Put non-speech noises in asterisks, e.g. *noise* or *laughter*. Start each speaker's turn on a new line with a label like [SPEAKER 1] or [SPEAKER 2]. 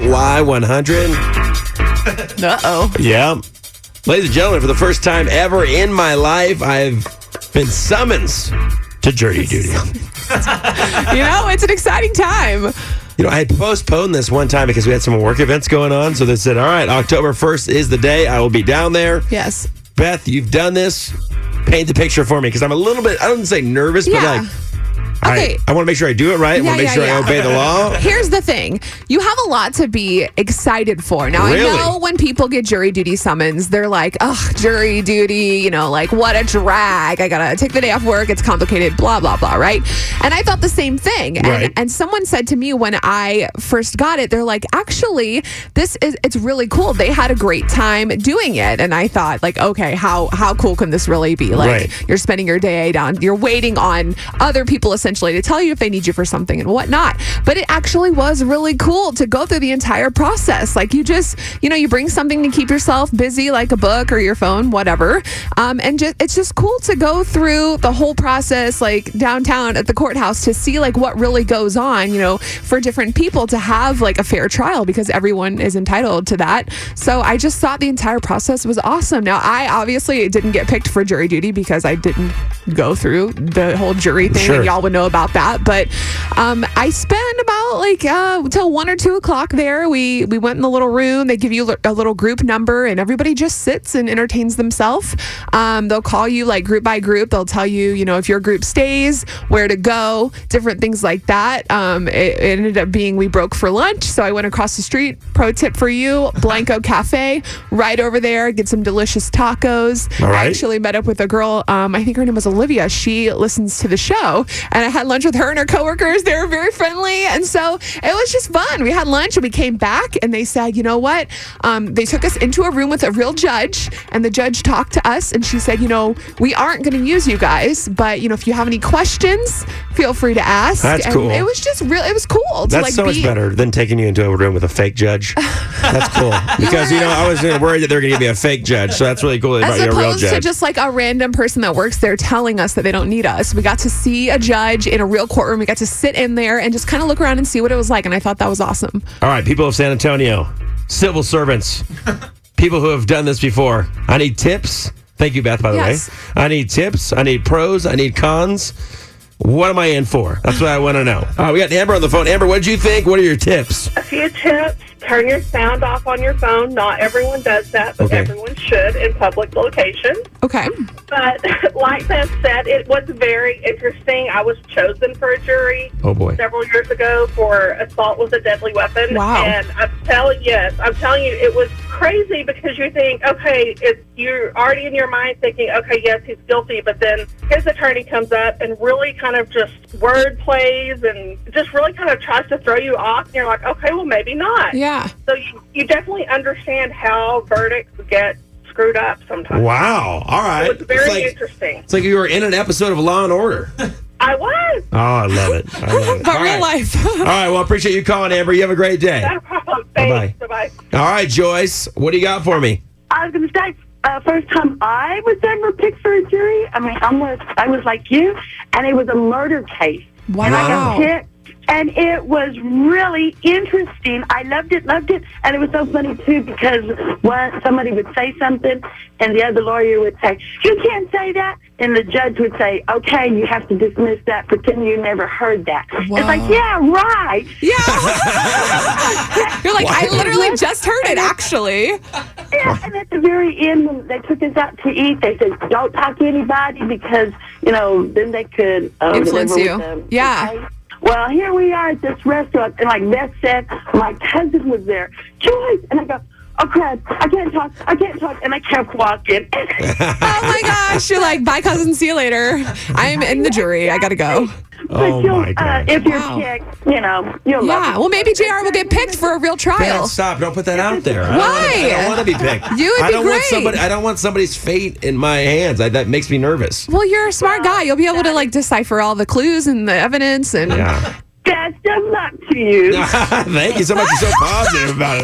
[SPEAKER 1] DKNY 100.
[SPEAKER 2] Uh oh.
[SPEAKER 1] Yeah. Ladies and gentlemen, for the first time ever in my life, I've been summoned to jury duty.
[SPEAKER 2] You know, it's an exciting time.
[SPEAKER 1] You know, I had postponed this one time because we had some work events going on. So they said, all right, October 1st is the day. I will be down there.
[SPEAKER 2] Yes.
[SPEAKER 1] Beth, you've done this. Paint the picture for me because I'm a little bit, I don't say nervous, but
[SPEAKER 2] Yeah.
[SPEAKER 1] like, all right,
[SPEAKER 2] Okay.
[SPEAKER 1] I want to make sure I do it right. I want
[SPEAKER 2] Yeah,
[SPEAKER 1] to make
[SPEAKER 2] yeah,
[SPEAKER 1] sure I
[SPEAKER 2] yeah.
[SPEAKER 1] obey the law.
[SPEAKER 2] Here's the thing you have a lot to be excited for. Now,
[SPEAKER 1] Really?
[SPEAKER 2] I know when people get jury duty summons, they're like, ugh, jury duty, you know, like what a drag. I gotta take the day off work. It's complicated, blah, blah, blah, right? And I felt the same thing. And,
[SPEAKER 1] Right.
[SPEAKER 2] and someone said to me when I first got it, they're like, actually, this is, it's really cool. They had a great time doing it. And I thought, like, okay, how, how cool can this really be? Like,
[SPEAKER 1] Right.
[SPEAKER 2] you're spending your day down you're waiting on other people essentially to tell you if they need you for something and whatnot but it actually was really cool to go through the entire process like you just you know you bring something to keep yourself busy like a book or your phone whatever um, and just it's just cool to go through the whole process like downtown at the courthouse to see like what really goes on you know for different people to have like a fair trial because everyone is entitled to that so i just thought the entire process was awesome now i obviously didn't get picked for jury duty because i didn't go through the whole jury thing
[SPEAKER 1] Sure.
[SPEAKER 2] and y'all would know about that but um, i spent about like uh, till one or two o'clock there we we went in the little room they give you li- a little group number and everybody just sits and entertains themselves um, they'll call you like group by group they'll tell you you know if your group stays where to go different things like that um, it, it ended up being we broke for lunch so i went across the street pro tip for you blanco cafe right over there get some delicious tacos
[SPEAKER 1] All right.
[SPEAKER 2] I actually met up with a girl. Um, I think her name was Olivia. She listens to the show, and I had lunch with her and her coworkers. They were very friendly, and so it was just fun. We had lunch, and we came back, and they said, "You know what?" Um, they took us into a room with a real judge, and the judge talked to us, and she said, "You know, we aren't going to use you guys, but you know, if you have any questions, feel free to ask."
[SPEAKER 1] That's
[SPEAKER 2] and
[SPEAKER 1] cool.
[SPEAKER 2] It was just real. It was cool. to,
[SPEAKER 1] That's
[SPEAKER 2] like,
[SPEAKER 1] so much
[SPEAKER 2] be-
[SPEAKER 1] better than taking you into a room with a fake judge. That's
[SPEAKER 2] *laughs*
[SPEAKER 1] cool. Because, you know, I was uh, worried that they're going to give me a fake judge. So that's really cool. They
[SPEAKER 2] As
[SPEAKER 1] brought you a real
[SPEAKER 2] opposed to
[SPEAKER 1] judge.
[SPEAKER 2] just like a random person that works there telling us that they don't need us. We got to see a judge in a real courtroom. We got to sit in there and just kind of look around and see what it was like. And I thought that was awesome.
[SPEAKER 1] All right, people of San Antonio, civil
[SPEAKER 2] *laughs*
[SPEAKER 1] servants, people who have done this before. I need tips. Thank you, Beth, by the
[SPEAKER 2] Yes.
[SPEAKER 1] way. I need tips. I need pros. I need cons. What am I in for? That's what I want to know. All right, we got Amber on the phone. Amber, what do you think? What are your tips?
[SPEAKER 3] A few tips. Turn your sound off on your phone. Not everyone does that, but
[SPEAKER 1] Okay.
[SPEAKER 3] everyone should in public locations.
[SPEAKER 2] Okay.
[SPEAKER 3] But *laughs* like Beth said, it was very interesting. I was chosen for a jury
[SPEAKER 1] Oh, boy.
[SPEAKER 3] several years ago for assault with a deadly weapon.
[SPEAKER 2] Wow.
[SPEAKER 3] And I'm telling yes, I'm telling you, it was crazy because you think, okay, it's you're already in your mind thinking, okay, yes, he's guilty, but then his attorney comes up and really kind of just word plays and just really kind of tries to throw you off and you're like, Okay, well maybe not.
[SPEAKER 2] Yeah.
[SPEAKER 3] So you, you definitely understand how verdicts get screwed up sometimes.
[SPEAKER 1] Wow. All right.
[SPEAKER 3] It was very
[SPEAKER 1] it's, like,
[SPEAKER 3] interesting.
[SPEAKER 1] it's like you were in an episode of Law and Order. Oh,
[SPEAKER 3] I was. *laughs*
[SPEAKER 1] I love it. I love it.
[SPEAKER 2] *laughs* But
[SPEAKER 1] All
[SPEAKER 2] real
[SPEAKER 1] right.
[SPEAKER 2] life.
[SPEAKER 1] All right. Well, I appreciate you calling, Amber. You have a great day.
[SPEAKER 3] Not a problem. Thanks. Bye-bye.
[SPEAKER 1] All right, Joyce. What do you got for me?
[SPEAKER 4] I was going to say, uh, first time I was ever picked for a jury. I mean, I'm with, I was like you, and it was a murder case. And I
[SPEAKER 2] wow.
[SPEAKER 4] got picked, and it was really interesting. I loved it, loved it, and it was so funny too because one somebody would say something, and the other lawyer would say, "You can't say that," and the judge would say, "Okay, you have to dismiss that. Pretend you never heard that."
[SPEAKER 2] Wow.
[SPEAKER 4] It's like, yeah, right.
[SPEAKER 1] *laughs*
[SPEAKER 2] Yeah. *laughs* You're like, I literally just heard it actually.
[SPEAKER 4] Yeah, and at the very end, when they took us out to eat, they said, "Don't talk to anybody because you know then they could uh,
[SPEAKER 2] Influence
[SPEAKER 4] whatever
[SPEAKER 2] you.
[SPEAKER 4] with them."
[SPEAKER 2] Yeah.
[SPEAKER 4] Okay? Well, here we are at this restaurant, and like Beth said, my cousin was there, Joyce, and I go, "Oh crap, I can't talk, I can't talk," and I
[SPEAKER 2] *laughs*
[SPEAKER 4] kept walking. *laughs*
[SPEAKER 2] Oh my gosh. You're like, bye, cousin. See you later. I'm in the jury. I got to go.
[SPEAKER 4] but
[SPEAKER 1] Oh,
[SPEAKER 4] you'll,
[SPEAKER 1] my God.
[SPEAKER 4] Uh, if you're
[SPEAKER 2] Wow.
[SPEAKER 4] picked, you know, you'll
[SPEAKER 2] Yeah.
[SPEAKER 4] love
[SPEAKER 2] Well, maybe JR will get picked for a real
[SPEAKER 1] Dad,
[SPEAKER 2] trial.
[SPEAKER 1] stop! Don't put that out there. I don't
[SPEAKER 2] Why?
[SPEAKER 1] wanna- I don't want to be picked.
[SPEAKER 2] You would
[SPEAKER 1] I
[SPEAKER 2] be
[SPEAKER 1] don't want
[SPEAKER 2] great.
[SPEAKER 1] somebody. I don't want somebody's fate in my hands. I, that makes me
[SPEAKER 2] *laughs*
[SPEAKER 1] nervous.
[SPEAKER 2] Well, you're a smart guy. You'll be able to like decipher all the clues and the evidence and
[SPEAKER 1] Yeah. *laughs*
[SPEAKER 4] it. Best of luck to you.
[SPEAKER 1] Thank you so much. You're so positive about it.